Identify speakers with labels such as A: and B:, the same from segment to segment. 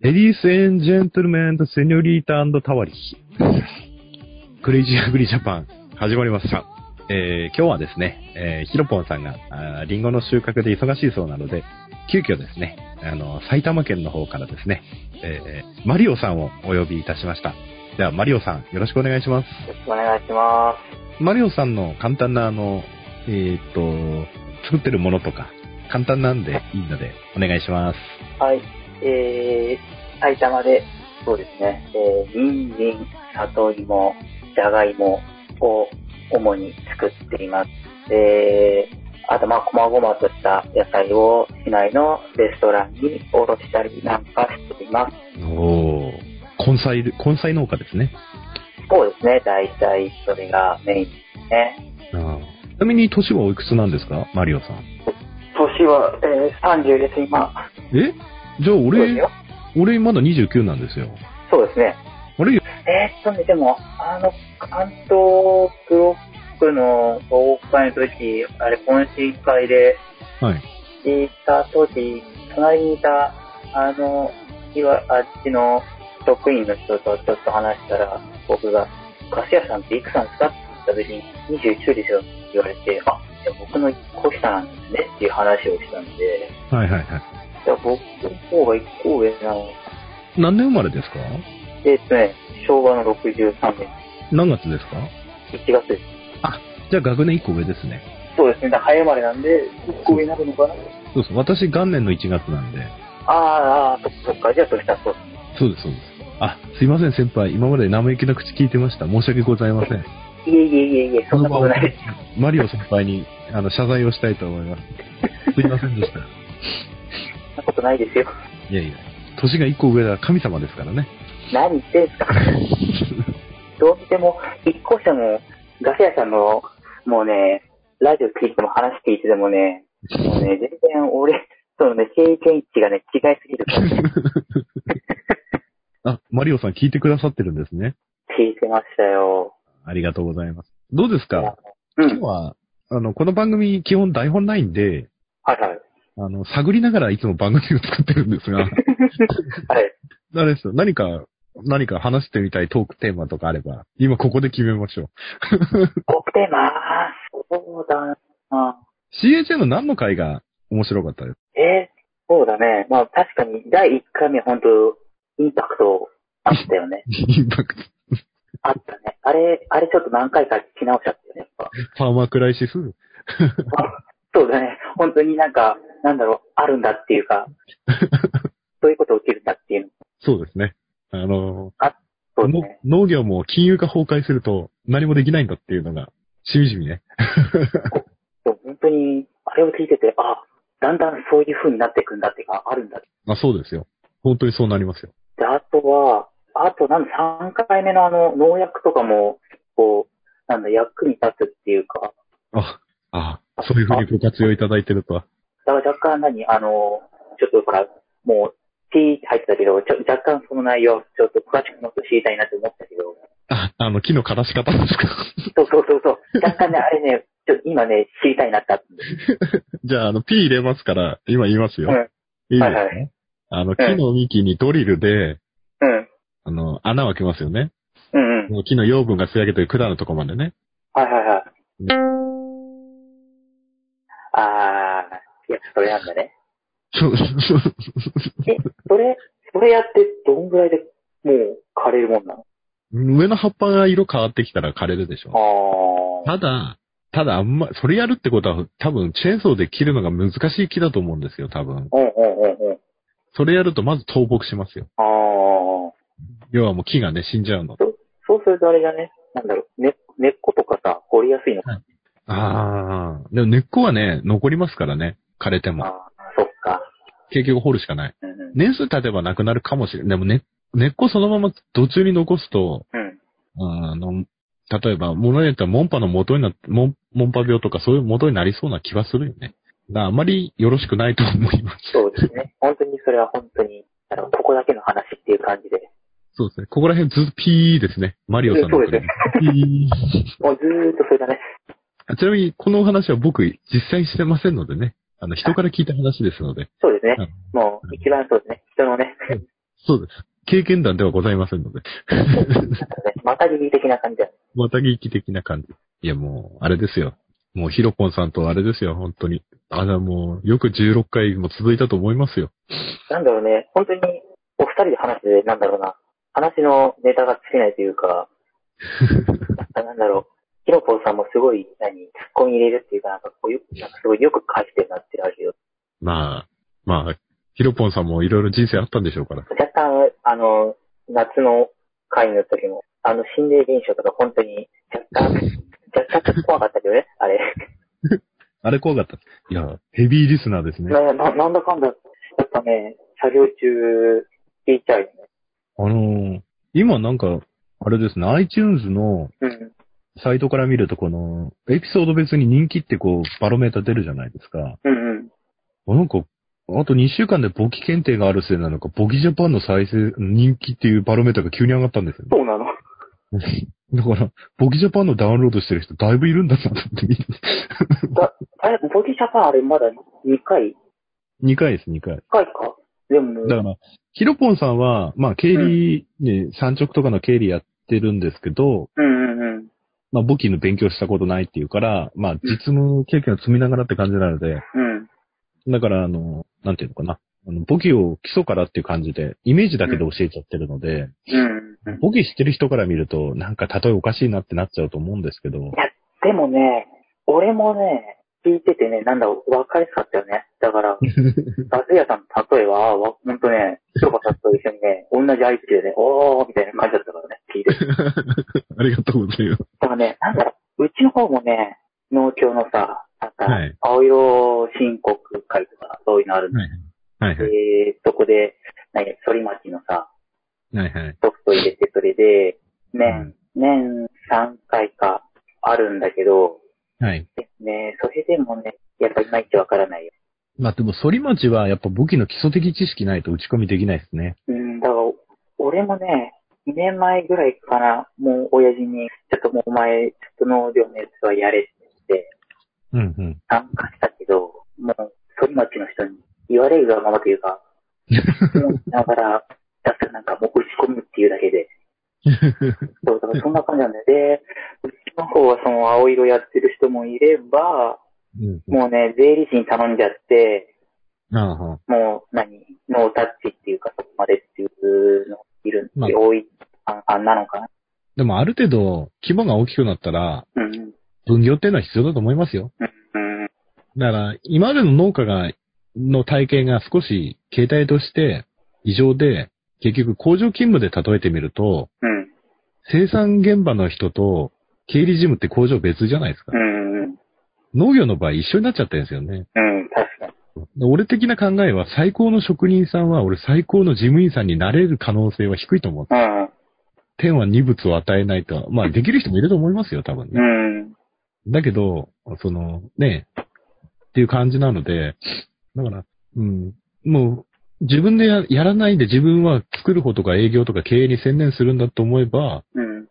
A: レディース・エン・ジェントルメント・セニョリータタワリヒ。クレイジー・アグリ・ジャパン、始まりました。えー、今日はですね、えー、ヒロポンさんが、あーリンゴの収穫で忙しいそうなので、急遽ですね、あの、埼玉県の方からですね、えー、マリオさんをお呼びいたしました。では、マリオさん、よろしくお願いします。
B: よろしくお願いします。
A: マリオさんの簡単な、あの、えーっと、作ってるものとか、簡単なんでいいので、お願いします。
B: はい。えー、埼玉で、そうですね、えー、人参、里芋、じゃがいもを主に作っています。えー、あと、まあ、細々とした野菜を市内のレストランにおろしたりなんかしています。
A: おー、根菜、根菜農家ですね。
B: そうですね、大体それがメインですね。
A: あーちなみに年はおいくつなんですかマリオさん。
B: 年は、えー、30です、今。
A: えじゃあ
B: そうです
A: 俺、
B: よ。
A: 俺まだ29なんですよ。
B: そうですね。
A: あれ
B: えーっとね、でも、あの、関東ブロックの大会の時、あれ、懇親会で
A: はい。
B: 行った時、隣にいた、あの、いわあっちの職員の人とちょっと話したら、僕が、菓子屋さんっていくつなんですかって言った時に、29ですよって言われて、あ、じゃあ僕の1個下なんですねっていう話をしたんで、
A: はいはいはい。
B: じゃあ僕の方が1個上なの。
A: 何年生まれですか
B: えーっとね、昭和の63年、
A: 何月ですか
B: 1月です。
A: じゃあ学年1個上ですね。
B: そうですね、だから早生まれなんで、1個上になるのかな
A: そうそう。私元年の1月なんで。
B: あーあー、そっかそっか、じゃあそしたらそうですね。
A: そうですそうです。あ、すいません先輩。今まで生意気な口聞いてました。申し訳ございません。
B: いえいえいえいえ、そんなことないです。
A: マリオ先輩にあの謝罪をしたいと思います。すいませんで した。
B: そんなことないですよ。
A: いやいや。年が1個上だから神様ですからね。
B: 何言ってんすか。どうしても、一個下のガス屋さんの、もうね、ラジオ聞いても話聞いててもね、もうね、全然俺、そのね、経験値がね、違いすぎるから、ね、
A: あ、マリオさん聞いてくださってるんですね。
B: 聞いてましたよ。
A: ありがとうございます。どうですか
B: う
A: 今
B: ん
A: 日。は、あの、この番組基本台本ないんで、
B: はいはい。
A: あの、探りながらいつも番組を作ってるんです が、
B: はい。
A: あれですよ、何か、何か話してみたいトークテーマとかあれば、今ここで決めましょう。
B: 僕でまあ、そうだな。
A: CHA の何の回が面白かったです。
B: えーそうだね。まあ確かに第1回目本当インパクトあったよね
A: インパクト。
B: あったね。あれ、あれちょっと何回か聞き直しちゃったよね、やっぱ。
A: ファーマークライシス
B: そうだね。本当になんか、なんだろう、あるんだっていうか、そういうこと起きるんだっていうの。
A: そうですね。あの、
B: そう
A: の
B: だね。
A: 農業も金融が崩壊すると何もできないんだっていうのが、しみじみね。
B: そう本当に、あれを聞いてて、あ、だんだんそういう風になっていくんだっていうか、あるんだって。
A: まあそうですよ。本当にそうなりますよ。
B: で、あとは、あとなんだ、3回目のあの、農薬とかも、こう、なんだ、役に立つっていうか、
A: あ、あ、そういうふうにご活用いただいてるとは。
B: だから若干何、あの、ちょっとほら、もう、T って入ってたけど、ちょ若干その内容、ちょっと詳しくもっと知りたいなって思ったけど、
A: あ、あの、木の枯らし方ですか。
B: そうそうそう、 そう若干ね、あれね、ちょっと今ね、知りたいなってあったんです。
A: じゃあ、あの、P 入れますから、今言いますよ。
B: うん
A: いいですか、
B: はいは
A: あの、木の幹にドリルで、
B: うん。
A: あの、穴を開けますよね。
B: うんうん。
A: もう木の養分が吸い上げてる管のとこまで ね。
B: はいはいは
A: う
B: い
A: ん。
B: あー、いや、それなんだね。
A: そうそうそう。
B: え、それ、それやってどんぐらいでもう枯れるもんなの
A: 上の葉っぱが色変わってきたら枯れるでしょ。
B: あ
A: た
B: ー。
A: だ、ただあんま、それやるってことは多分チェーンソーで切るのが難しい木だと思うんですよ、多分。
B: うんうんうんうん。
A: それやるとまず倒木しますよ。
B: あー。
A: 要はもう木がね、死んじゃうの。
B: そうするとあれだね、なんだろう、ね、根っことかさ、掘りやすいのか
A: ああ。でも根っこはね、残りますからね。枯れても。
B: な。そっか。
A: 結局掘るしかない。
B: うんうん。
A: 年数経てばなくなるかもしれない。でもね、根っこそのまま途中に残すと、
B: うん。
A: あの、例えば、物によってはモンパの元になって、モンモンパ病とかそういう元になりそうな気はするよね。だからあまりよろしくないと思います。
B: そうですね。本当にそれは本当に、あの、ここだけの話っていう感じで。
A: そうですね。ここら辺ずっとピーですね。マリオさんの
B: そうですね
A: これピ
B: もうずーっとそれだね。
A: ー。ちなみに、このお話は僕、実際してませんのでね。あの、人から聞いた話ですので。
B: そうですね
A: うん。
B: もう、一番そうですね。人のね、
A: そうです。経験談ではございませんので。
B: またぎり的な感じだね。
A: また劇的な感じ。いや、もう、あれですよ。もう、ヒロポンさんとあれですよ、本当に。あの、もう、よく16回も続いたと思いますよ。
B: なんだろうね、本当にお二人で話して、なんだろうな、話のネタが尽きないという か、なんだろう、ヒロポンさんもすごい、何、ツッコミ入れるっていうか、なんかこうよく、なんかすごいよく返してるなってラジオ。
A: まあ、まあ、ヒロポンさんもいろいろ人生あったんでしょうから。
B: 若干、あの、夏の会の時も、あの、心霊現象とか本当に、若干、若干怖かったけどね、あれ。
A: あれ怖かった。いや、ヘビーリスナーですね。
B: なななんだかんだ、やっぱね、作業中、聞いちゃうよね。
A: あのー今なんか、あれですね、iTunes の
B: うん。
A: サイトから見ると、この、エピソード別に人気ってこう、バロメーター出るじゃないですか。
B: うんうん。
A: なんか、あと2週間で簿記検定があるせいなのか、簿記ジャパンの再生、人気っていうバロメーターが急に上がったんですよね。
B: そうなの。
A: だから、簿記ジャパンのダウンロードしてる人だいぶいるんだなって見て。
B: あれ、ボディシャパンあれまだ2回、1
A: 2回です、2回。
B: 回か。でも、
A: だから、ヒロポンさんは、まあ、経理、ね、産直とかの経理やってるんですけど、
B: うんうんうん。
A: まあ、簿記の勉強したことないっていうから、まあ、実務経験を積みながらって感じなので、
B: うん。
A: だから、あの、なんていうのかな。あの、簿記を基礎からっていう感じで、イメージだけで教えちゃってるので、
B: うんうん。
A: ボケしてる人から見ると、なんか例えおかしいなってなっちゃうと思うんですけど、
B: でもね、俺もね、聞いててね、なんだろう、分かりやすかったよね。だから、バズヤさんの例えは、わほんとね、ひとかさんと一緒にね、同じ相手でね、おーみたいな感じだったからね、聞いてて。だ
A: ありがとうございます。
B: からね、なんだろう、うちの方もね、農協のさ、なんか
A: はい、
B: 青色申告会とか、そういうのあるんで、
A: はいはい。
B: えーそこで、何、反町のさ、
A: はいはい。
B: ソフト入れて、それで、
A: うん
B: 年、年3回かあるんだけど、
A: はい。
B: ですね、それでもね、やっぱいまいちわからないよ。
A: まあでも、反町はやっぱ簿記の基礎的知識ないと打ち込みできないですね。
B: うん、だから、俺もね、2年前ぐらいかな、もう親父に、ちょっともうお前、ちょっと農業のやつはやれって言って、
A: うん うん。
B: 参加したけど、もう、反町の人に言われるがままというか、だから、だってなんかもう打ち込むっていうだけで、そう、だからそんな感じなんだよ。で、うちの方はその青色やってる人もいれば、
A: うん
B: もうね、税理士に頼んじゃって、
A: うん、ああ
B: もう何、ノータッチっていうかそこまでっていうのいるん
A: まあ
B: で、多い、あ、あんなのかな。
A: でもある程度、規模が大きくなったら、
B: うんうん。
A: 分業っていうのは必要だと思いますよ。
B: うんうん。
A: だから、今までの農家が、の体系が少し形態として異常で、結局工場勤務で例えてみると、
B: うん。
A: 生産現場の人と経理事務って工場別じゃないですか
B: う。んうん。
A: 農業の場合一緒になっちゃってるんですよね。
B: うん、確かに。
A: で俺的な考えは最高の職人さんは俺最高の事務員さんになれる可能性は低いと思う。
B: う
A: 天は二物を与えないと。まあできる人もいると思いますよ、多分ね。
B: ん。うん。
A: だけど、その、ねっていう感じなので、だから、うん、もう自分でややらないで自分は作る方とか営業とか経営に専念するんだと思えば、
B: うん。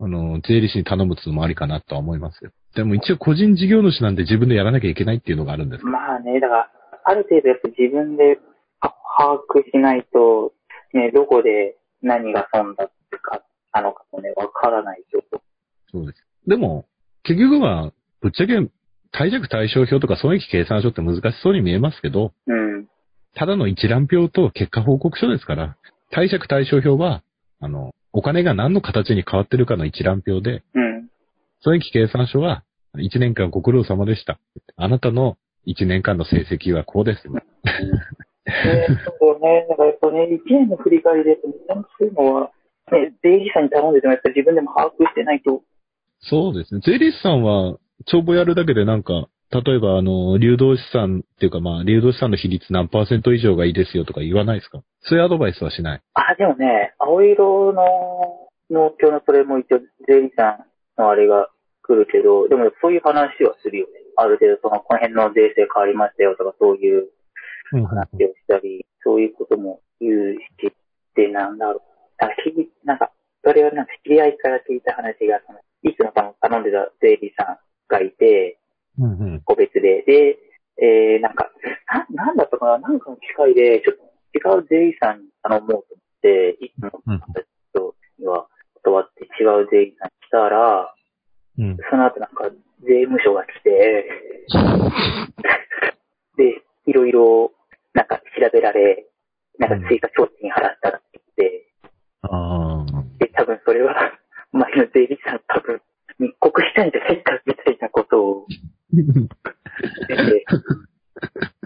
A: あの、税理士に頼むつもありかなとは思いますよ。でも一応個人事業主なんで自分でやらなきゃいけないっていうのがあるんですけど
B: まあね、だから、ある程度やっぱ自分では把握しないと、ね、どこで何が損だってか、あのかもね、わからない状況。
A: そうです。でも、結局は、ぶっちゃけ、対弱対象表とか損益計算書って難しそうに見えますけど、
B: うん。
A: ただの一覧表と結果報告書ですから、対弱対象表は、あの、お金が何の形に変わってるかの一覧表で、
B: うん。
A: 損益計算書は、1年間ご苦労様でした。あなたの1年間の成績はこうです。
B: ね、そうね、だからやっぱね、一年の振り返りで、見直すのは、ね、税理士さんに頼んでても、やっぱ自分でも把握してないと、
A: そうですね。税理士さんは、帳簿やるだけでなんか、例えば、あの、流動資産っていうか、まあ、流動資産の比率何パーセント以上がいいですよとか言わないですかそういうアドバイスはしない。
B: あ、でもね、青色の農協のそれも一応、税理士さんのあれが来るけど、でもそういう話はするよね。ある程度、その、この辺の税制変わりましたよとか、そういう話をしたり、そういうことも言うし、で、なんだろう。なんか、聞いなんかそれはなんか知り合いから聞いた話が、そのいつも頼んでた税理士さんがいて、
A: うんうん。
B: 個別で。で、えー、なんか、な、なんだったかななんかの機会で、ちょっと違う税理士さんに頼もうと思っって、いつも
A: うん。
B: 人には断って違う税理士さんにしたら、
A: うん。
B: その後なんか税務署が来て、で、いろいろなんか調べられ、なんか追加調金払ったらって言って、
A: ああ。
B: で、多分それは 前の税理士さん多分密告したんじゃないかみたいなことを言ってて、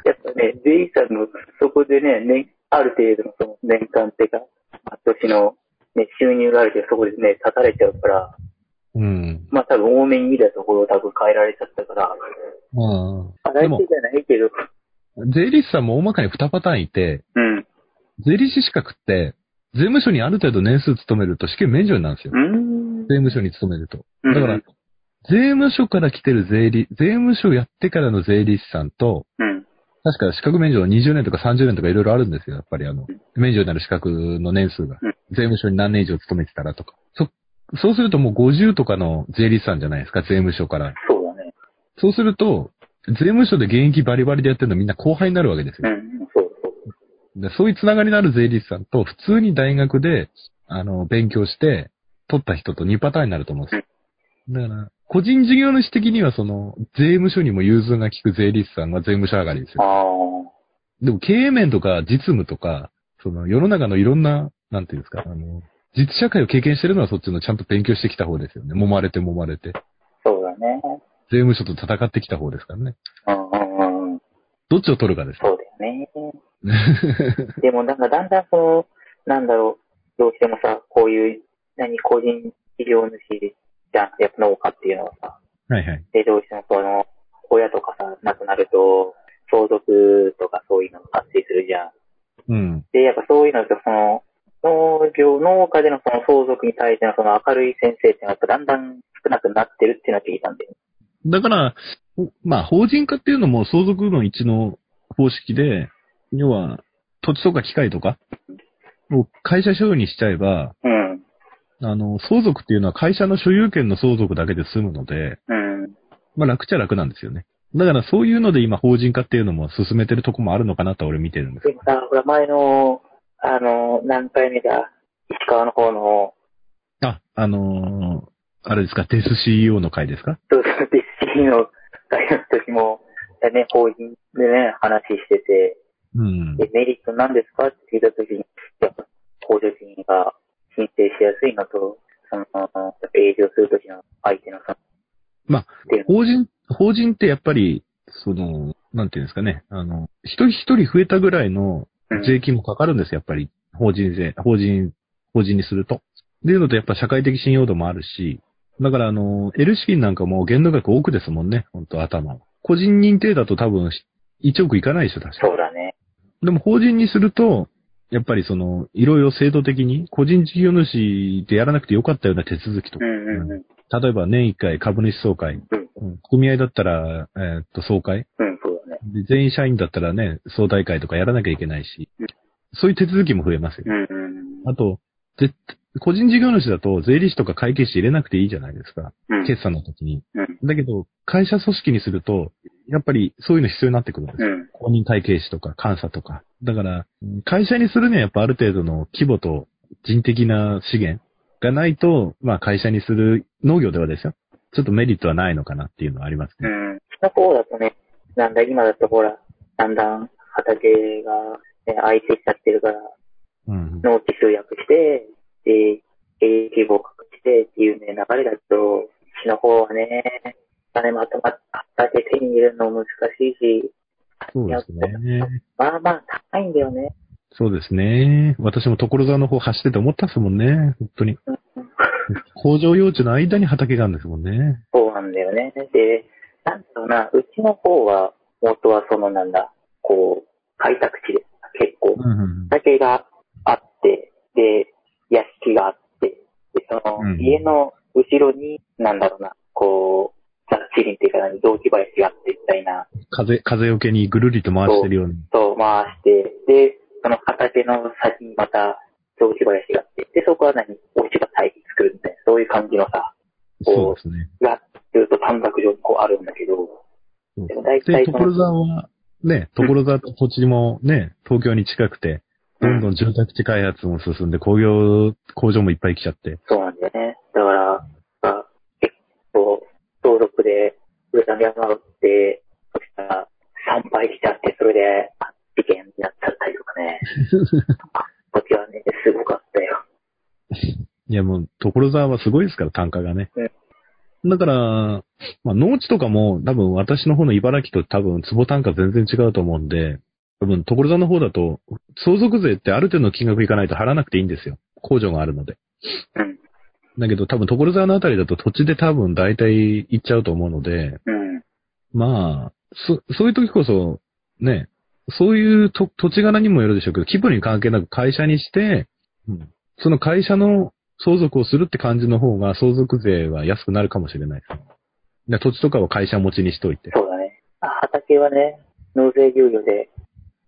B: やっぱね、税理士さんのそこでね、年ある程度のその年間っていうか、まあ年の、ね、収入がある程度そこでね、立たれちゃうから、
A: うん。
B: まあ多分多めに見たところを多分変えられちゃったから、
A: あ
B: あら
A: で
B: 手じ
A: も
B: ゃないけど、
A: あ。税理士さんも大まかに2パターンいて、
B: うん。
A: 税理士資格って、税務署にある程度年数勤めると試験免除になるんですよ
B: う。ん。
A: 税務署に勤めると。
B: うん
A: だから、税務署から来てる税理、税務署やってからの税理士さんと、
B: うん。
A: 確か資格免除の20年とか30年とかいろいろあるんですよ、やっぱりあの
B: うん、
A: 免除になる資格の年数が
B: うん。
A: 税務署に何年以上勤めてたらとか。そ、そうするともう50とかの税理士さんじゃないですか、税務署から。
B: そうだね。
A: そうすると、税務署で現役バリバリでやってるのみんな後輩になるわけです
B: う
A: よ。
B: ん。そうそう。
A: でそういうつながりのある税理士さんと、普通に大学で、あの、勉強して、取った人と2パターンになると思うんですよ。だから、個人事業主的にはその、税務署にも融通が利く税理士さんが税務署上がりですよ。
B: あ
A: でも経営面とか実務とか、その世の中のいろんな、なんていうんですか、あの、実社会を経験してるのはそっちのちゃんと勉強してきた方ですよね。揉まれて揉まれて。
B: あ、そうだね。
A: 税務署と戦ってきた方ですからね。
B: うんうんうん。
A: どっちを取るかです
B: そうだよね。でもなんかだんだんその、なんだろう、どうしてもさ、こういう、何、個人事業主じゃん、やっぱ農家っていうのはさ、
A: はいはい。
B: で、どうしてもその、親とかさ、亡くなると、相続とかそういうのが発生するじゃん。
A: うん。
B: で、やっぱそういうのと、その、農業、農家でのその相続に対してのその明るい先生っていうのはやっぱだんだん少なくなってるっていうのは聞いたんだよね。
A: だから、おまあ、法人化っていうのも相続の一の方式で、要は、土地とか機械とかを会社所有にしちゃえば、
B: うん。
A: あの、相続っていうのは会社の所有権の相続だけで済むので、
B: うん。
A: まあ楽っちゃ楽なんですよね。だからそういうので今法人化っていうのも進めてるとこもあるのかなと俺見てるんです
B: でもさ、ほら前の、あの、何回目だ、石川の方の、
A: あ、あのーあれですか、デス CEO の会ですか
B: そうそう、デッシーの会の時も、ね、法人でね、話してて、
A: うん。
B: でメリットなんですかって聞いた時に、やっぱ、補助金が申請しやすいのと、その、やっぱ営業する時の相手のその、
A: まあ
B: っていうの、
A: 法人、法人ってやっぱり、その、なんていうんですかね、あの、一人一人増えたぐらいの
B: うん
A: 税金もかかるんですよ、やっぱり。法人税、法人、法人にすると。っていうのとやっぱ社会的信用度もあるし、だからあの、L 資金なんかも限度額多くですもんね、本当頭は。個人認定だと多分1億いかないでしょ、確か
B: そうだね。
A: でも法人にすると、やっぱりその、いろいろ制度的に、個人事業主でやらなくてよかったような手続きと
B: う
A: か、
B: んうんうん。
A: 例えば年1回株主総会、
B: うん
A: うん組合だったら、えーっと、総会、
B: うん、そうだね。
A: で全員社員だったらね、総大会とかやらなきゃいけないし
B: うん、
A: そういう手続きも増えますよ。
B: うんうん
A: あと、絶個人事業主だと税理士とか会計士入れなくていいじゃないですか。
B: うん。
A: 決算の時に。
B: うん。
A: だけど、会社組織にすると、やっぱりそういうの必要になってくるんですよ
B: うん。
A: 公認会計士とか監査とか。だから、会社にするにはやっぱある程度の規模と人的な資源がないと、まあ会社にする農業ではですよ。ちょっとメリットはないのかなっていうのはあります
B: う
A: ね。
B: ん。の方だとね、なんだ、今だとほら、だんだん畑が、ね、空いてきちゃってるから、
A: うん。
B: 農地集約して、で、経営規模を隠してっていうね、流れだと、うちの方はね、お金まとまったけ手に入れるの難しいし、
A: そうですね。
B: まあまあ高いんだよね。
A: そうですね。私も所沢の方走ってて思ったっすもんね。本当に。工場用地の間に畑があるんですもんね。
B: そうなんだよね。で、なんだろうな、うちの方は、元はそのなんだ、こう、開拓地です。結構、
A: うん。
B: 畑があって、で、屋敷があって、で、その
A: うん
B: 家の後ろに、なんだろうな、こう、雑地林っていうか何、雑木林があってみたいな、
A: 風、風よけにぐるりと回してるように。
B: と回して、で、その畑の先にまた雑木林があって、で、そこは何お家が再起作るみたいな、そういう感じのさ、
A: そうですね。
B: が、ずっと短冊状にこうあるんだけど、
A: そう
B: でも大
A: で、
B: 体そ
A: 所
B: の、
A: 沢は、ね、所沢と土地もね、東京に近くて、どんどん住宅地開発も進んで、工業、工場もいっぱい来ちゃって。
B: そうなんだよね。だから、まあ、結構、登録で上田山って、そしたら参拝しちゃって、それで、あ事件になっちゃったりとか ね。あ、こっちはね、すごかったよ。
A: いやもう、所沢はすごいですから、単価がね
B: え。
A: だから、まあ、農地とかも、多分私の方の茨城と多分、坪単価全然違うと思うんで、多分、所沢の方だと、相続税ってある程度の金額いかないと払わなくていいんですよ。工場があるので。
B: うん。
A: だけど、多分、所沢のあたりだと土地で多分、大体行っちゃうと思うので、
B: うん。
A: まあ、そ、そういう時こそ、ね、そういうと土地柄にもよるでしょうけど、気分に関係なく会社にして、うんその会社の相続をするって感じの方が相続税は安くなるかもしれないです。で土地とかは会社持ちにしといて。
B: そうだね。あ畑はね、納税猶予で、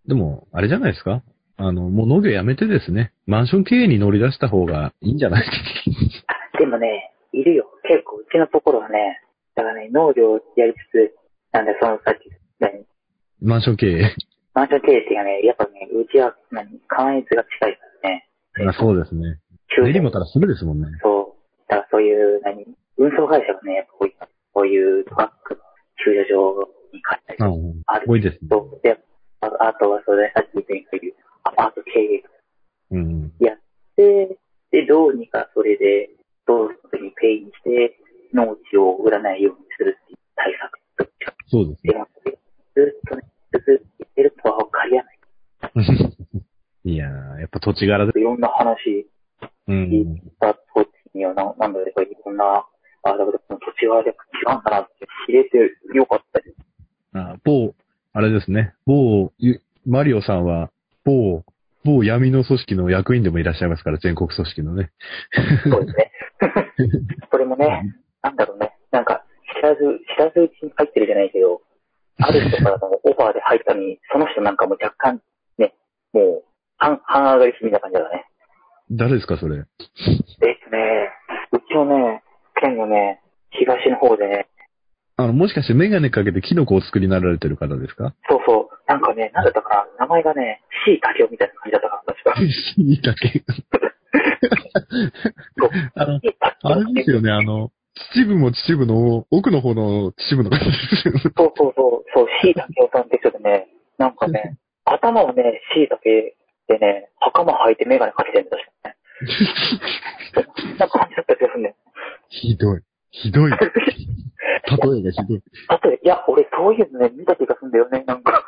A: でも、あれじゃないですかあの、もう農業やめてですね、マンション経営に乗り出した方がいいんじゃない
B: あ、でもね、いるよ。結構、うちのところはね、だからね、農業やりつつ、なんだ、そのさっき、何
A: マンション経営。
B: マンション経営っていうかね、やっぱね、うちは、何、関越が近いからね。
A: あそうですね。
B: 周辺
A: 練馬からすぐですもんね。
B: そう。だからそういう、何、運送会社がね、やっぱこういう、こういうトラックの駐車場に買ったりと
A: あ
B: か
A: うん
B: ある
A: 多いですね。
B: そうで、ああとはそれ、さっき言ったように、アパート経営
A: うん。
B: やって、で、どうにかそれで、どうするにペイにして、農地を売らないようにするっていう対策とか
A: そうです
B: してますけどずっとね、ずっと言ってるとは借りやない。
A: ね。 いやー、やっぱ土地柄で。
B: いろんな話
A: うん。
B: だとにはな、なんだろう、いろんな、あ、だからこの土地はやっぱ違うんだなって知れてよかったです。
A: あ某、あれですね、某、ゆマリオさんは、某、某闇の組織の役員でもいらっしゃいますから、全国組織のね。
B: そうです ね。それもね、なんだろうね、なんか、知らず、知らずうちに入ってるじゃないけど、ある人からのオファーで入った のに、その人なんかも若干、ね、もう、半、半上がりしみた感じだね。
A: 誰ですか、それ。
B: えっとね、うちのね、県のね、東の方でね、
A: あの、もしかしてメガネかけてキノコを作りになられてる方ですか
B: そうそう、なんかね、なんだったかな、名前がね、C 竹雄みたいな感じだったかな、確 か。
A: いいだけ。
B: そう
A: あの、
B: C 竹
A: あ
B: 雄
A: れですよね、あの、秩父も秩父の、奥の方の秩父の方ですよね。
B: そうそうそう、そう、椎茸をさんって人でね、なんかね、頭をね、椎茸でね、袴履いてメガネかけてるんだしね。そんな感じだった気がするね。
A: ひどい。ひ どい。例えがひどい。
B: あと、いや、俺そういうのね、見た気がするんだよね、なんか。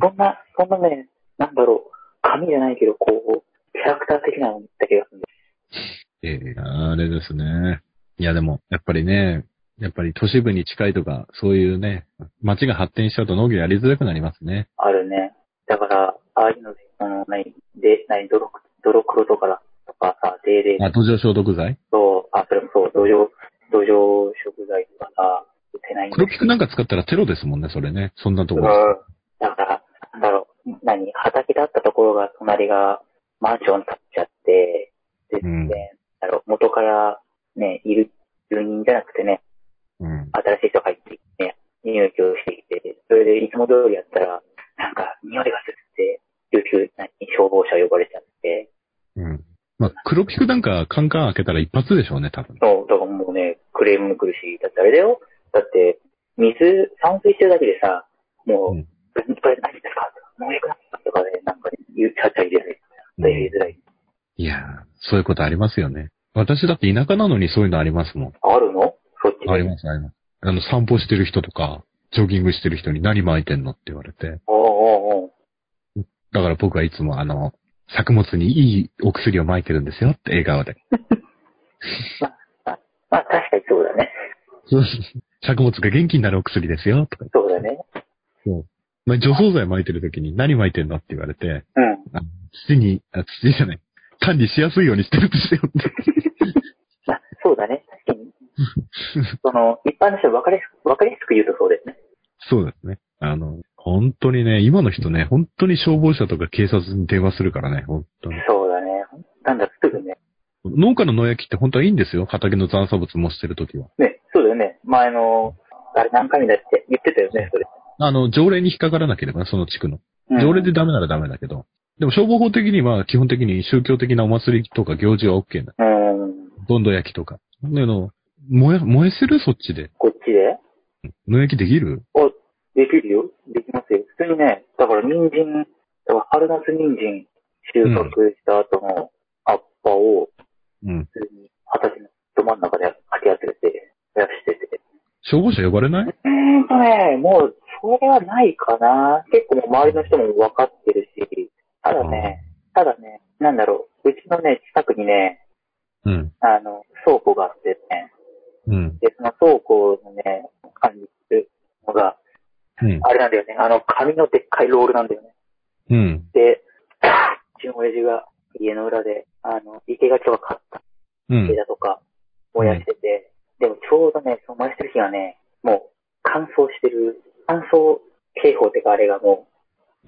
B: そんな、そんなね、なんだろう、髪じゃないけど、こう、キャラクター的なの見た気がするんだよ。
A: ええあれですね。いや、でも、やっぱりね、やっぱり都市部に近いとか、そういうね、街が発展しちゃうと農業やりづらくなりますね。
B: あるね。だから、ああいうので、あの、何、で、何、泥、泥黒とか、とかさ、デーデー
A: あ、土壌消毒剤
B: と、あ、それもそう、土壌、土壌食材とかさ、売ってないんだけ
A: 黒
B: ど
A: ピクなんか使ったらテロですもんね、それね。そんなところ。
B: うん。だから、なんだろう、何、畑だったところが、隣がマンション建っちゃって、で、
A: うん
B: でなんだろう、元からね、いる住人じゃなくてね、
A: うん。
B: 新しい人が入ってきて、ね、入居してきて、それでいつも通りやったら、なんか、匂いがするって、救急、何消防車呼ばれちゃって、
A: うん。まあ、黒ピクなんかカンカン開けたら一発でしょうね、多分。
B: そう、だからもうね、クレームも来るし、だってあれだよ。だって、水、散水してるだけでさ、もう、
A: うん
B: これ何ですかもうよくなったとかね、なんかね、言っちゃっちゃ入れない。入れづらい。
A: いやー、そういうことありますよね。私だって田舎なのにそういうのありますもん。
B: あるのそっちで。
A: あります、あります。あの、散歩してる人とか、ジョギングしてる人に何巻いてんのって言われて。
B: おうおうおう
A: だから僕はいつもあの、作物にいいお薬を撒いてるんですよって映画で。
B: まあ確かにそうだね。
A: 作物が元気になるお薬ですよとか。
B: そうだね。
A: まあ、除草剤撒いてる時に何撒いてんのって言われて、
B: うん。
A: あ土に、あ土じゃない。管理しやすいようにしてるんですよって。
B: まあそうだね。確かに。その、一般の人は分かりやすく、分かりやすく言うとそうですね。
A: そうですね。あの、本当にね、今の人ね、本当に消防車とか警察に電話するからね、本当に。
B: そうだね。なんだ、すぐね。
A: 農家の農薬って本当はいいんですよ。畑の残作物もしてる時は。
B: ね、そうだよね。前の、あれ何回目だって言ってたよね、それ。
A: あの、条例に引っかからなければね、その地区の。
B: うん
A: 条例でダメならダメだけど、でも消防法的には基本的に宗教的なお祭りとか行事は OK な。
B: うん。
A: どんどん焼きとか。であの、燃え、燃えせるそっちで。
B: こっちで
A: 野焼きできる
B: お、できるよ。できますよ。普通にね、だから人参、だから春夏人参収穫した後の葉っぱを、
A: うん。
B: 普通に畑のど真ん中でかき集めて、増やしてて。
A: 消防車呼ばれないう
B: ーんとね、もう、それはないかな。結構もう周りの人も分かってるし、ただね、ただね、なんだろう、うちのね、近くにね、
A: うん。
B: あの、倉庫があってね、
A: うん。
B: で、その倉庫のね、管理するのが、
A: うん。
B: あれなんだよね、あの、紙のでっかいロールなんだよね。
A: うん。
B: で、うちの親父が家の裏で、あの、生垣とか買った
A: うん
B: 枝とか燃やしてて、でもちょうどね、その燃やしてる日はね、もう乾燥してる、乾燥警報ってかあれがも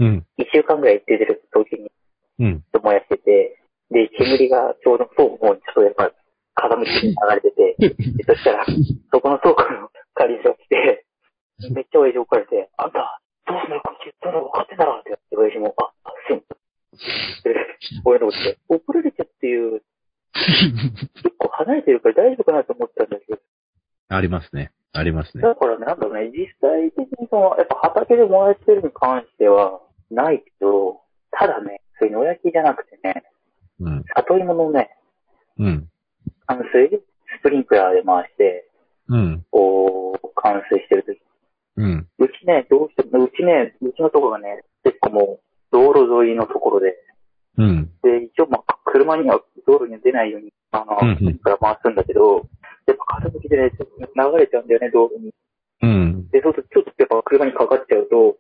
A: うん。
B: う一週間ぐらい出てる時に
A: うん。
B: 燃やしてて、で、煙がちょうど倉庫の方にちょっとやっぱ風向きに流れてて、でそしたら、そこの倉庫の管理者が来て、めっちゃ親父怒られて、あんた、どうすんのこっち、どうすんの分かってんだろって言って、親父も、あ、あ、すいません。で、俺のことで、怒られちゃっていう、結構離れてるから大丈夫かなと思ったんだけど、
A: ありますね。ありますね。
B: だからなんだろうね、実際的にその、やっぱ畑で燃やしてるに関しては、ないけど、ただね、そういう野焼きじゃなくてね、
A: うん。
B: 里芋のね、
A: うん。
B: 乾水、スプリンクラーで回して、
A: うん。
B: こう、乾水してるとき。
A: うん。
B: うちね、どうしても、うちね、うちのところがね、結構もう、道路沿いのところで、
A: うん。
B: で、一応まあ、車には、道路には出ないように、あの、
A: うんうん
B: から回すんだけど、やっぱ風向きでね、ちょっと流れちゃうんだよね、道路に。
A: うん。
B: で、そうすると、ちょっとやっぱ車にかかっちゃうと、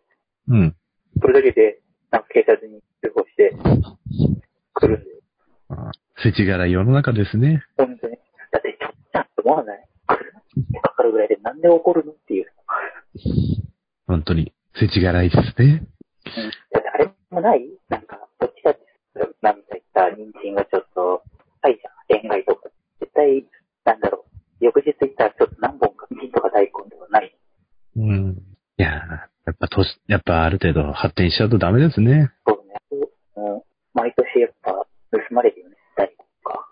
A: うん。
B: それだけで、なんか警察に通報して、来るんで、
A: 世知辛い世の中ですね。
B: 本当に。だって、ちょっとなんて思わない車にかかるぐらいでなんで怒るのっていう。
A: 本当に。世知辛いですね。
B: うんだってあれもないなんか、どっちだって、なんか言った人参がちょっと、はいじゃん、恋愛とか。絶対、なんだろう。翌日行ったらちょっと何本か、人参とか大根とかない。
A: うん。いやーやっぱ年、やっぱある程度発展しちゃうとダメですね。
B: そうね。うん。毎年やっぱ、盗まれるよね、大根か。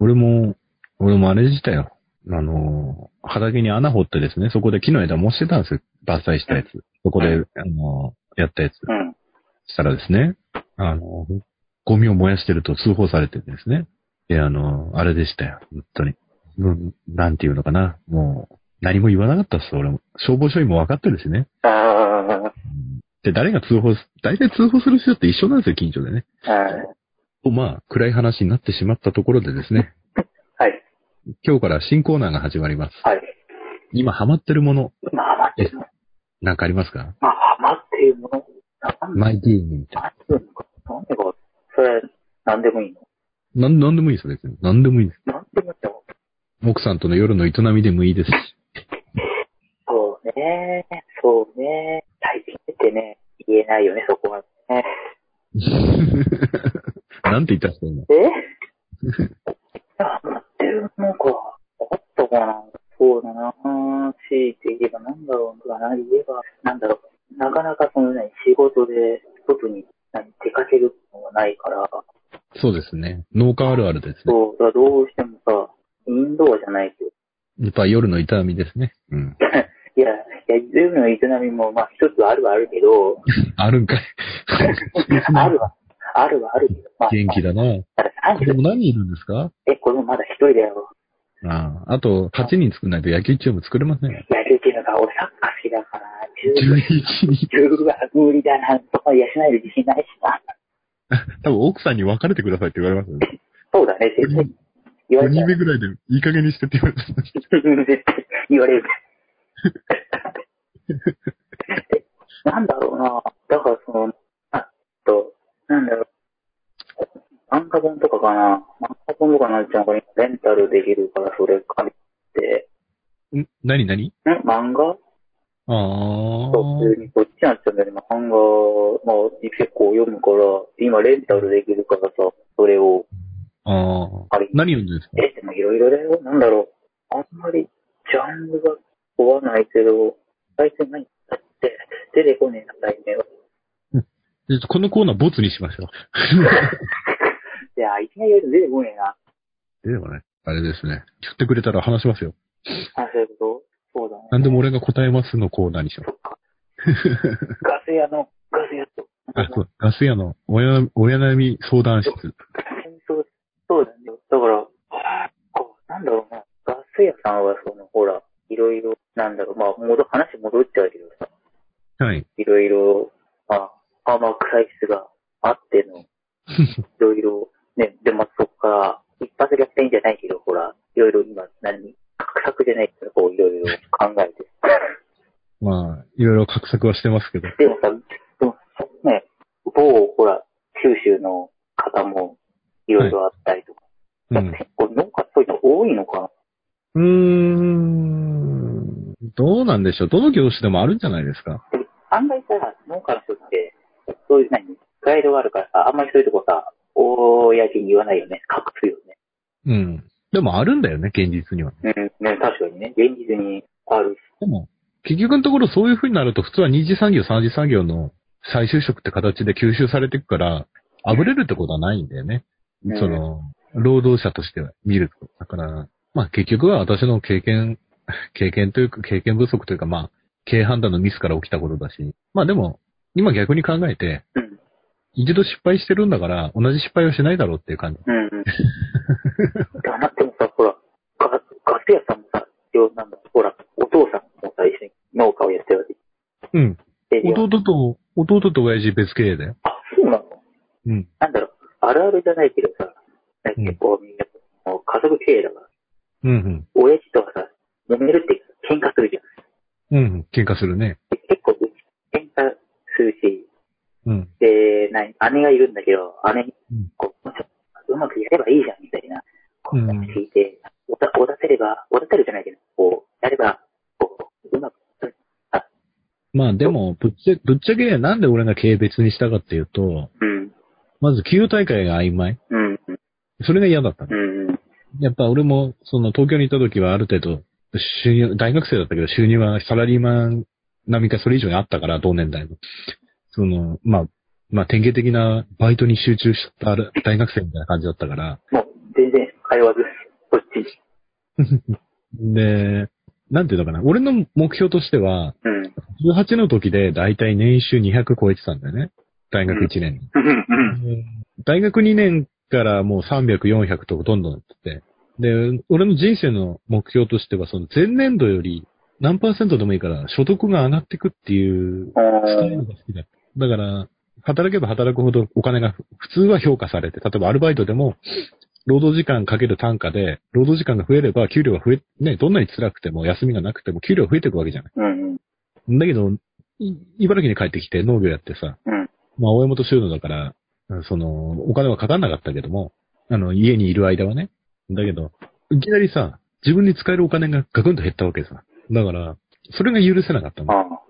A: 俺も、俺もあれでしたよ。あのー、畑に穴掘ってですね、そこで木の枝もしてたんですよ。伐採したやつ。そこで、あのーやったやつ。
B: うん。
A: したらですね、あの、ゴミを燃やしてると通報されてですね。で、あの、あれでしたよ。本当に。うん、なんていうのかな。もう、何も言わなかったっす、俺も。消防署員も分かってるしね。
B: あ
A: で、誰が通報す、大体通報する人って一緒なんですよ、近所でね。
B: あ、うん。
A: まあ、暗い話になってしまったところでですね、
B: はい。
A: 今日から新コーナーが始まります。
B: はい。
A: 今ハマってるもの、
B: まあ、待ってるの。
A: なんかありますか
B: まあ、待っていうもの。なん
A: マイティーニみたい
B: 待ってるのか。なんでか。それ、なんでもいいの。
A: な。なん、なんでもいいですよ、別に。なんでもいいです。
B: なんでもいいの。
A: 奥さんとの夜の営みでもいい ですし。
B: そうね。そうね。最近ってね、言えないよね、そこは。ね、
A: なんて言ったんですか、今。
B: えあ、待ってるのか。あったかな。そうだな。強いて言えばなんだろうかな。言えば、なんだろう。なかなかそのね、仕事で外に何出かけるのがないから、
A: そうですね。農家あるあるですね。
B: そう、だからどうしてもさ、インドアじゃないけど、
A: やっぱ夜の痛みですね。うん。
B: いや、いや、夜の営みも、まあ一つはあるはあるけ ど、
A: あるんかい。
B: あるは、あるはあるけど、まあ、
A: 元気だな。
B: だから
A: 子供何人いるんですか
B: え、子供まだ一人だよ。
A: ああ。あと、8人作らないと野球チーム作れませんよ。
B: 野球っていうのが、俺サッカー好きだから、10
A: 11人。
B: 10は無理だな、とか養える自信ないしな。
A: 多分奥さんに別れてくださいって言われますよね。
B: そうだね、絶対言わ
A: 5
B: れ
A: 人
B: る。
A: 目ぐらいでいい加減にしてって言われました。
B: 絶対言われる。 えなんだろうな、だからその、あと、なんだろう、漫画本とかかな、漫画本とかなっちゃうのがレンタルできるから、それ借りて、
A: ん何何
B: ん漫画
A: ああ。
B: そう、普通にこっちになっちゃうんだけど、漫画、まあ、結構読むから、今レンタルできるからさ、それを
A: ああ。
B: 借り
A: 何読んでるんですか
B: え、でもいろいろだよ。なんだろう。あんまりジャンルが追わないけど、最近何だって出てこねえな、題名は。
A: ちょっとこのコーナーボツにしまし ょ
B: いや、いきなり言うと出てこねえな。
A: う。でもね、あれですね。言ってくれたら話しますよ。
B: あ、そういうことそうだね。
A: なんでも俺が答えますのコーナーにしよ
B: そっか。
A: う。
B: ガス屋の、ガス屋と。
A: あ、そう、ガス屋の親、親悩み相談室。
B: そう、そうだね。だから、こう、なんだろうな。ガス屋さんは、その、ほら、いろいろ、なんだろう、まあ、戻、話戻っちゃうけどさ、
A: はい。
B: いろいろ、まあ、アーマークライシスがあっての、いろいろ、ね、で、まあ、そっから、一発逆転じゃないけど、ほら、いろいろ今、何、格策じゃないけど、こう、いろいろ考えて。
A: まあ、いろいろ画策はしてますけど。
B: でもさ、でもね、某、ほら、九州の方も、いろいろあったりとか、
A: うん。
B: 結構農家そういうの多いのかな
A: うーん。どうなんでしょう。どの業種でもあるんじゃないですか。
B: 案外さ、農家の人って、そういう何、ガイドがあるからさ、あんまりそういうとこさ、公に言わないよね。隠すよね。
A: うん。でもあるんだよね、現実には。
B: うん、ね、確かにね。現実にあるし。
A: でも、結局のところそういう風になると、普通は二次産業、三次産業の再就職って形で吸収されていくから、あぶれるってことはないんだよね。
B: うん
A: その、労働者としては見ると。だから、まあ結局は私の経験、 経験というか、経験不足というか、まあ、経営判断のミスから起きたことだし、まあでも、今逆に考えて、
B: うん。
A: 一度失敗してるんだから、同じ失敗はしないだろうっていう感じ。
B: うん。 だなってもさ、ほら、ガガス屋さんもさ、ようなんだ、ほら、お父さんもさ、一緒に農家をやってるわけ。
A: うん。
B: で
A: 弟と、弟と親父別経営だよ。
B: あ、そうなの
A: うん。
B: なんだろう、あるあるじゃないけどさ、なんか
A: うん
B: 結構みんな、もう家族経営だから、
A: うんうん。
B: 親父とはさ、揉めるっていうか喧嘩するじゃん。
A: うんうん。喧嘩するね。
B: で結構、喧嘩するし、
A: うん。
B: で、なに姉がいるんだけど、姉に
A: うん
B: こう、もうちょっとうまくやればいいじゃん、みたいな、こう、
A: うん
B: 聞いて、おだ、おだせれば、おだせるじゃないけど、こう、やれば、こう、うまく、
A: まあでも、ぶっちゃ、ぶっちゃけ、なんで俺が軽蔑にしたかっていうと、
B: うん、
A: まず給与大会が曖昧。
B: うん、
A: それが嫌だったの。
B: うん、うん、
A: やっぱ俺も、その東京にいた時はある程度、収入、大学生だったけど収入はサラリーマン並みかそれ以上にあったから、同年代の。その、まあ、まあ典型的なバイトに集中した大学生みたいな感じだったから、
B: もう、全然通わず、こっちに。
A: で、なんていうのかな、俺の目標としては、
B: うん、
A: 18の時でだいたい年収200超えてたんだよね。大学1年。
B: うん、 うん、
A: 大学2年からもう300、400とどんどんってて。で、俺の人生の目標としては、その前年度より何パーセントでもいいから所得が上がってくっていう、そういうのが好きだった。だから、働けば働くほどお金がふ普通は評価されて、例えばアルバイトでも、労働時間かける単価で、労働時間が増えれば給料が増え、ね、どんなに辛くても休みがなくても給料が増えていくわけじゃない。
B: うん、
A: だけど、い茨城に帰ってきて農業やってさ、
B: うん
A: まあ、大山と収納だから、うんその、お金はかかんなかったけども、あの、家にいる間はね。だけど、いきなりさ、自分に使えるお金がガクンと減ったわけさ。だから、それが許せなかったの。
B: あ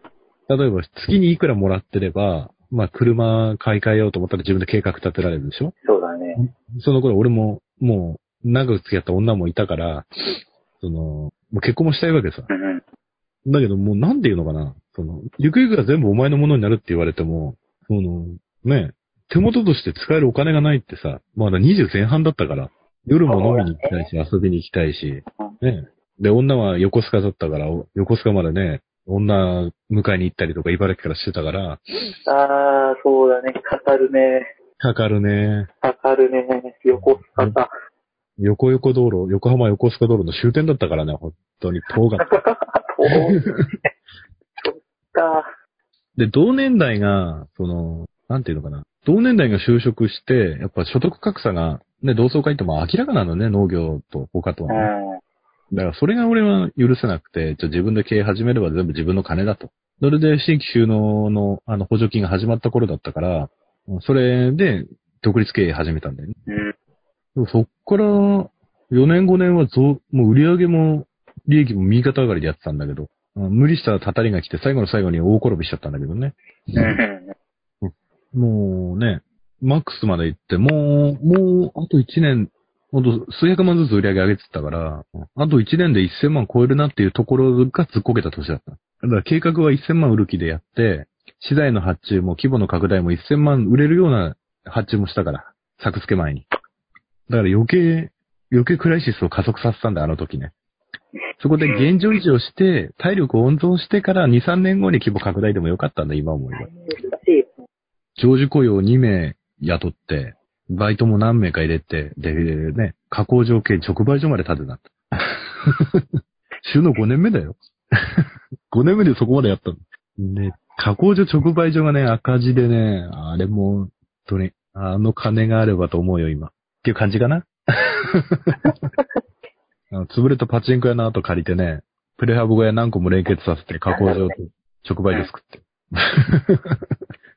A: 例えば、月にいくらもらってれば、まあ、車買い替えようと思ったら自分で計画立てられるでしょ
B: そうだね。
A: その頃俺も、もう、長く付き合った女もいたから、その、もう結婚もしたいわけさ。
B: うん、うん、
A: だけどもうなんていうのかな。その、ゆくゆくが全部お前のものになるって言われても、その、ね、手元として使えるお金がないってさ、まだ20前半だったから、夜も飲みに行きたいし、遊びに行きたいし、ね。で、女は横須賀だったから、お横須賀までね、女迎えに行ったりとか茨城からしてたから、
B: ああ、そうだね。かかるね。
A: かかるね。
B: かかるね。横須賀さ。
A: 横横道路、横浜横須賀道路の終点だったからね、本当に遠かった。
B: 遠いそっか。
A: で、同年代が、その、なんていうのかな。同年代が就職して、やっぱ所得格差が、ね、同窓会っても明らかなのね、農業と他と
B: う
A: はね、
B: ん。
A: だからそれが俺は許せなくて、じゃあ自分で経営始めれば全部自分の金だと。それで新規収納のあの補助金が始まった頃だったから、それで独立経営始めたんだよね。
B: うん。
A: でもそっから4年5年は増、もう売り上げも利益も右肩上がりでやってたんだけど、うん無理したらたたりが来て最後の最後に大転びしちゃったんだけどね。
B: うん。
A: もうね、マックスまで行って、もう、もう、あと1年、ほんと数百万ずつ売り上げ上げてたから、あと1年で1000万超えるなっていうところが突っこけた年だった。だから計画は1000万売る気でやって、資材の発注も規模の拡大も1000万売れるような発注もしたから、作付け前に。だから余計、余計クライシスを加速させたんだ、あの時ね。そこで現状維持をして、体力を温存してから2、3年後に規模拡大でもよかったんだ、今思えば。
B: 難しい。
A: 常時雇用2名雇って、バイトも何名か入れて、で、ね、加工条件直売所まで建て たんだ。週の5年目だよ。5年目でそこまでやったの。ね、加工所直売所がね、赤字でね、あれも、本当に、あの金があればと思うよ、今。っていう感じか な。あの潰れたパチンコ屋の後借りてね、プレハブ小屋何個も連結させて、加工所と直売所作って。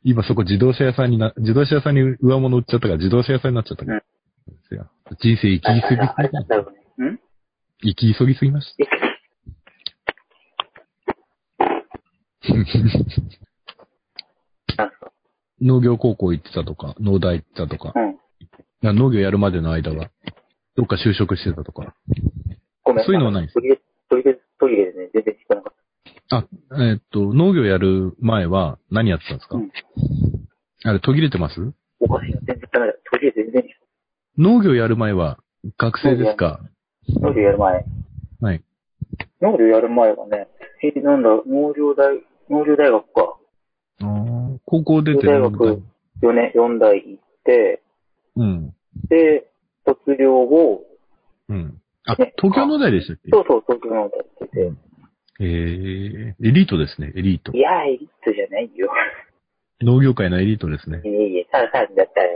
A: 今そこ自動車屋さんにな、自動車屋さんに上物売っちゃったから自動車屋さんになっちゃったから。ですよ人生行き
B: あ
A: 過ぎ
B: あれなんだろうね。ん
A: 行き急ぎすぎました。
B: なんすか
A: 農業高校行ってたとか、農大行ってたとか、
B: うん。
A: いや農業やるまでの間は、どっか就職してたとか。
B: ごめん。
A: そういうのはない
B: 途切れ、途切れ、途切れでね、全然聞こえなかっ
A: あ、えーっと、農業やる前は何やってたんですか、
B: うん
A: あれ途切れてます
B: た。おかしいな。全然ダメだ。途切れて全然聞こ
A: 農業やる前は学生ですか
B: えない。農業やる前。
A: はい。
B: 農業やる前はね、え、なんだ、農業大、農業大学か。
A: あー高校出て
B: 大学4年、4代行って、
A: うん。
B: で、卒業後、
A: うん。あ、
B: ね
A: 東京農大でしたっけ
B: そうそう、東京農大行ってて、
A: ええエリートですね、エリート
B: い。や、エリートじゃないよ。
A: 農業界のエリートですね
B: い。えいえ、ただ単にだったら、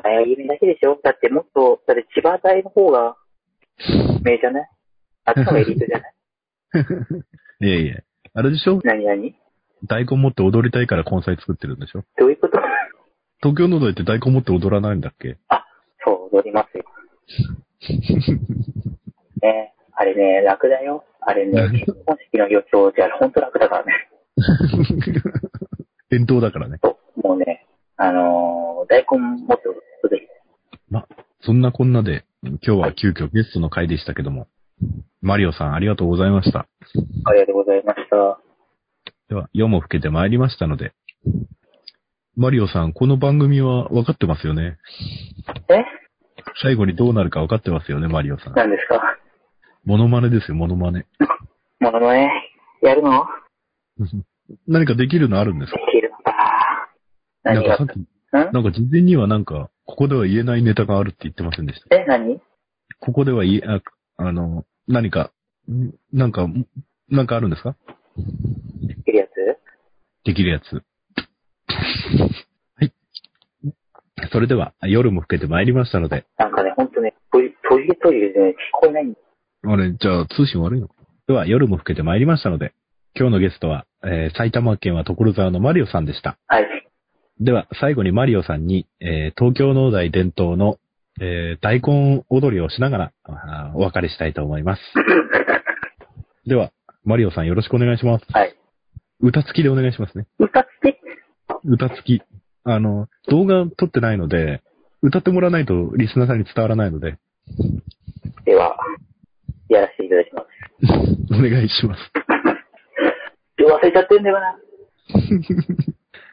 B: 長屋気味だけでしょだってもっと、だって千葉大の方が、名じゃないあっちの方がエリートじゃない
A: いえいえ。あれでしょ
B: 何々
A: 大根持って踊りたいから根菜作ってるんでしょ
B: どういうこと
A: 東京農大って大根持って踊らないんだっけ
B: そう、踊りますよ。ねあれね、楽だよ。あれね、結婚式の予兆じゃほんと楽だからね。
A: 伝統だからね。
B: そう、もうね、あのー大根持っておく
A: そんなこんなで、今日は急遽ゲストの回でしたけども、マリオさんありがとうございました。
B: ありがとうございました。
A: では、夜も更けてまいりましたので、マリオさん、この番組は分かってますよね
B: え
A: 最後にどうなるか分かってますよね、マリオさん。
B: 何ですか
A: モノマネですよ、モノマネ。
B: もののね、やるの
A: 何かできるのあるんです
B: で
A: か
B: きるのか。
A: なん
B: 何
A: か
B: が
A: さっき、
B: ん
A: なんか事前にはなんか、ここでは言えないネタがあるって言ってませんでした。
B: え、何
A: ここでは言え、ああの、何か、んなんか、なんかあるんですか
B: できるやつ
A: できるやつ。 はい。それでは、夜も更けてまいりましたので、
B: なんかね、ほんとね、トイレ、トイレトイレでね、聞こえないんだ
A: あれ、じゃあ通信悪いのかでは、夜も更けてまいりましたので、今日のゲストは、えー埼玉県は所沢のマリオさんでした。
B: はい。
A: では、最後にマリオさんに、えー東京農大伝統の、えー大根踊りをしながら、あーお別れしたいと思います。では、マリオさんよろしくお願いします。
B: はい。
A: 歌付きでお願いしますね。
B: 歌って、
A: 歌付き。あの、動画撮ってないので、歌ってもらわないとリスナーさんに伝わらないので、
B: では、やらせていただきます。
A: お願いします。
B: 忘れちゃってんだよな。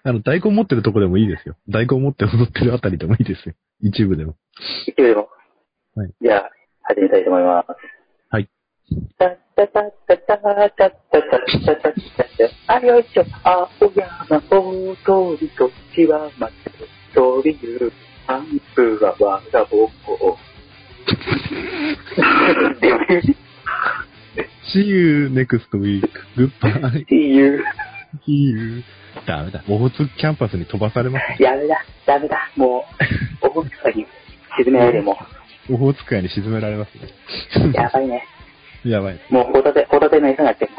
A: あの、大根持ってるとこでもいいですよ。大根持って踊ってるあたりでもいいですよ。一部でも。
B: 一応でも。
A: はい
B: じゃあ、始めたいと思います。
A: はい。
B: タッタタタタタタタタタタあよいしょ、青山大通りと千葉町とりゆアンプがわがぼこ。
A: See you next week. Goodbye.
B: っていう。
A: See you. ダメだ。大津キャンパスに飛ばされます。
B: やめだ、ダメだ、もう、大きさに沈められるもう
A: オホーツク海に沈められますね。
B: やばいね。
A: やばい。
B: もうホタテ、ホタテの餌になってる。